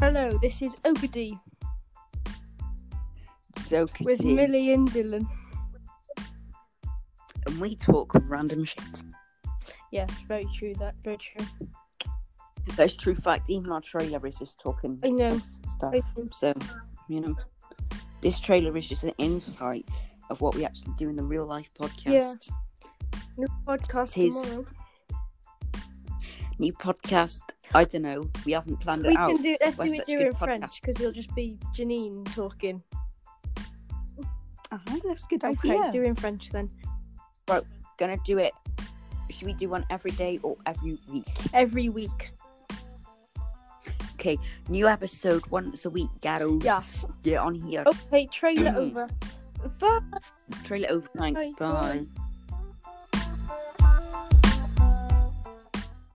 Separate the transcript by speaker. Speaker 1: Hello, this is Ogady
Speaker 2: So could
Speaker 1: with
Speaker 2: you.
Speaker 1: Millie and Dylan.
Speaker 2: and we talk random shit.
Speaker 1: Yes, very true. That very true.
Speaker 2: That's true fact. Even our trailer is just talking
Speaker 1: I know.
Speaker 2: stuff.
Speaker 1: I know.
Speaker 2: So, you know, this trailer is just an insight of what we actually do in the real life podcast.
Speaker 1: New podcast
Speaker 2: Tis-
Speaker 1: tomorrow.
Speaker 2: New podcast. I don't know. We haven't planned it
Speaker 1: We
Speaker 2: out.
Speaker 1: can do. Let's do
Speaker 2: we're
Speaker 1: it
Speaker 2: such
Speaker 1: during
Speaker 2: good
Speaker 1: French
Speaker 2: podcasters.
Speaker 1: because it'll just be Janine talking.
Speaker 2: Uh-huh, that's a good
Speaker 1: Okay, do it in French then.
Speaker 2: Gonna do it. Should we do one every day or every week?
Speaker 1: Every week.
Speaker 2: Okay, new episode once a week, Garros.
Speaker 1: Yes. Oh.
Speaker 2: Get on here.
Speaker 1: Okay, trailer over. Bye.
Speaker 2: Trailer over. Thanks.
Speaker 1: Bye.
Speaker 2: Bye.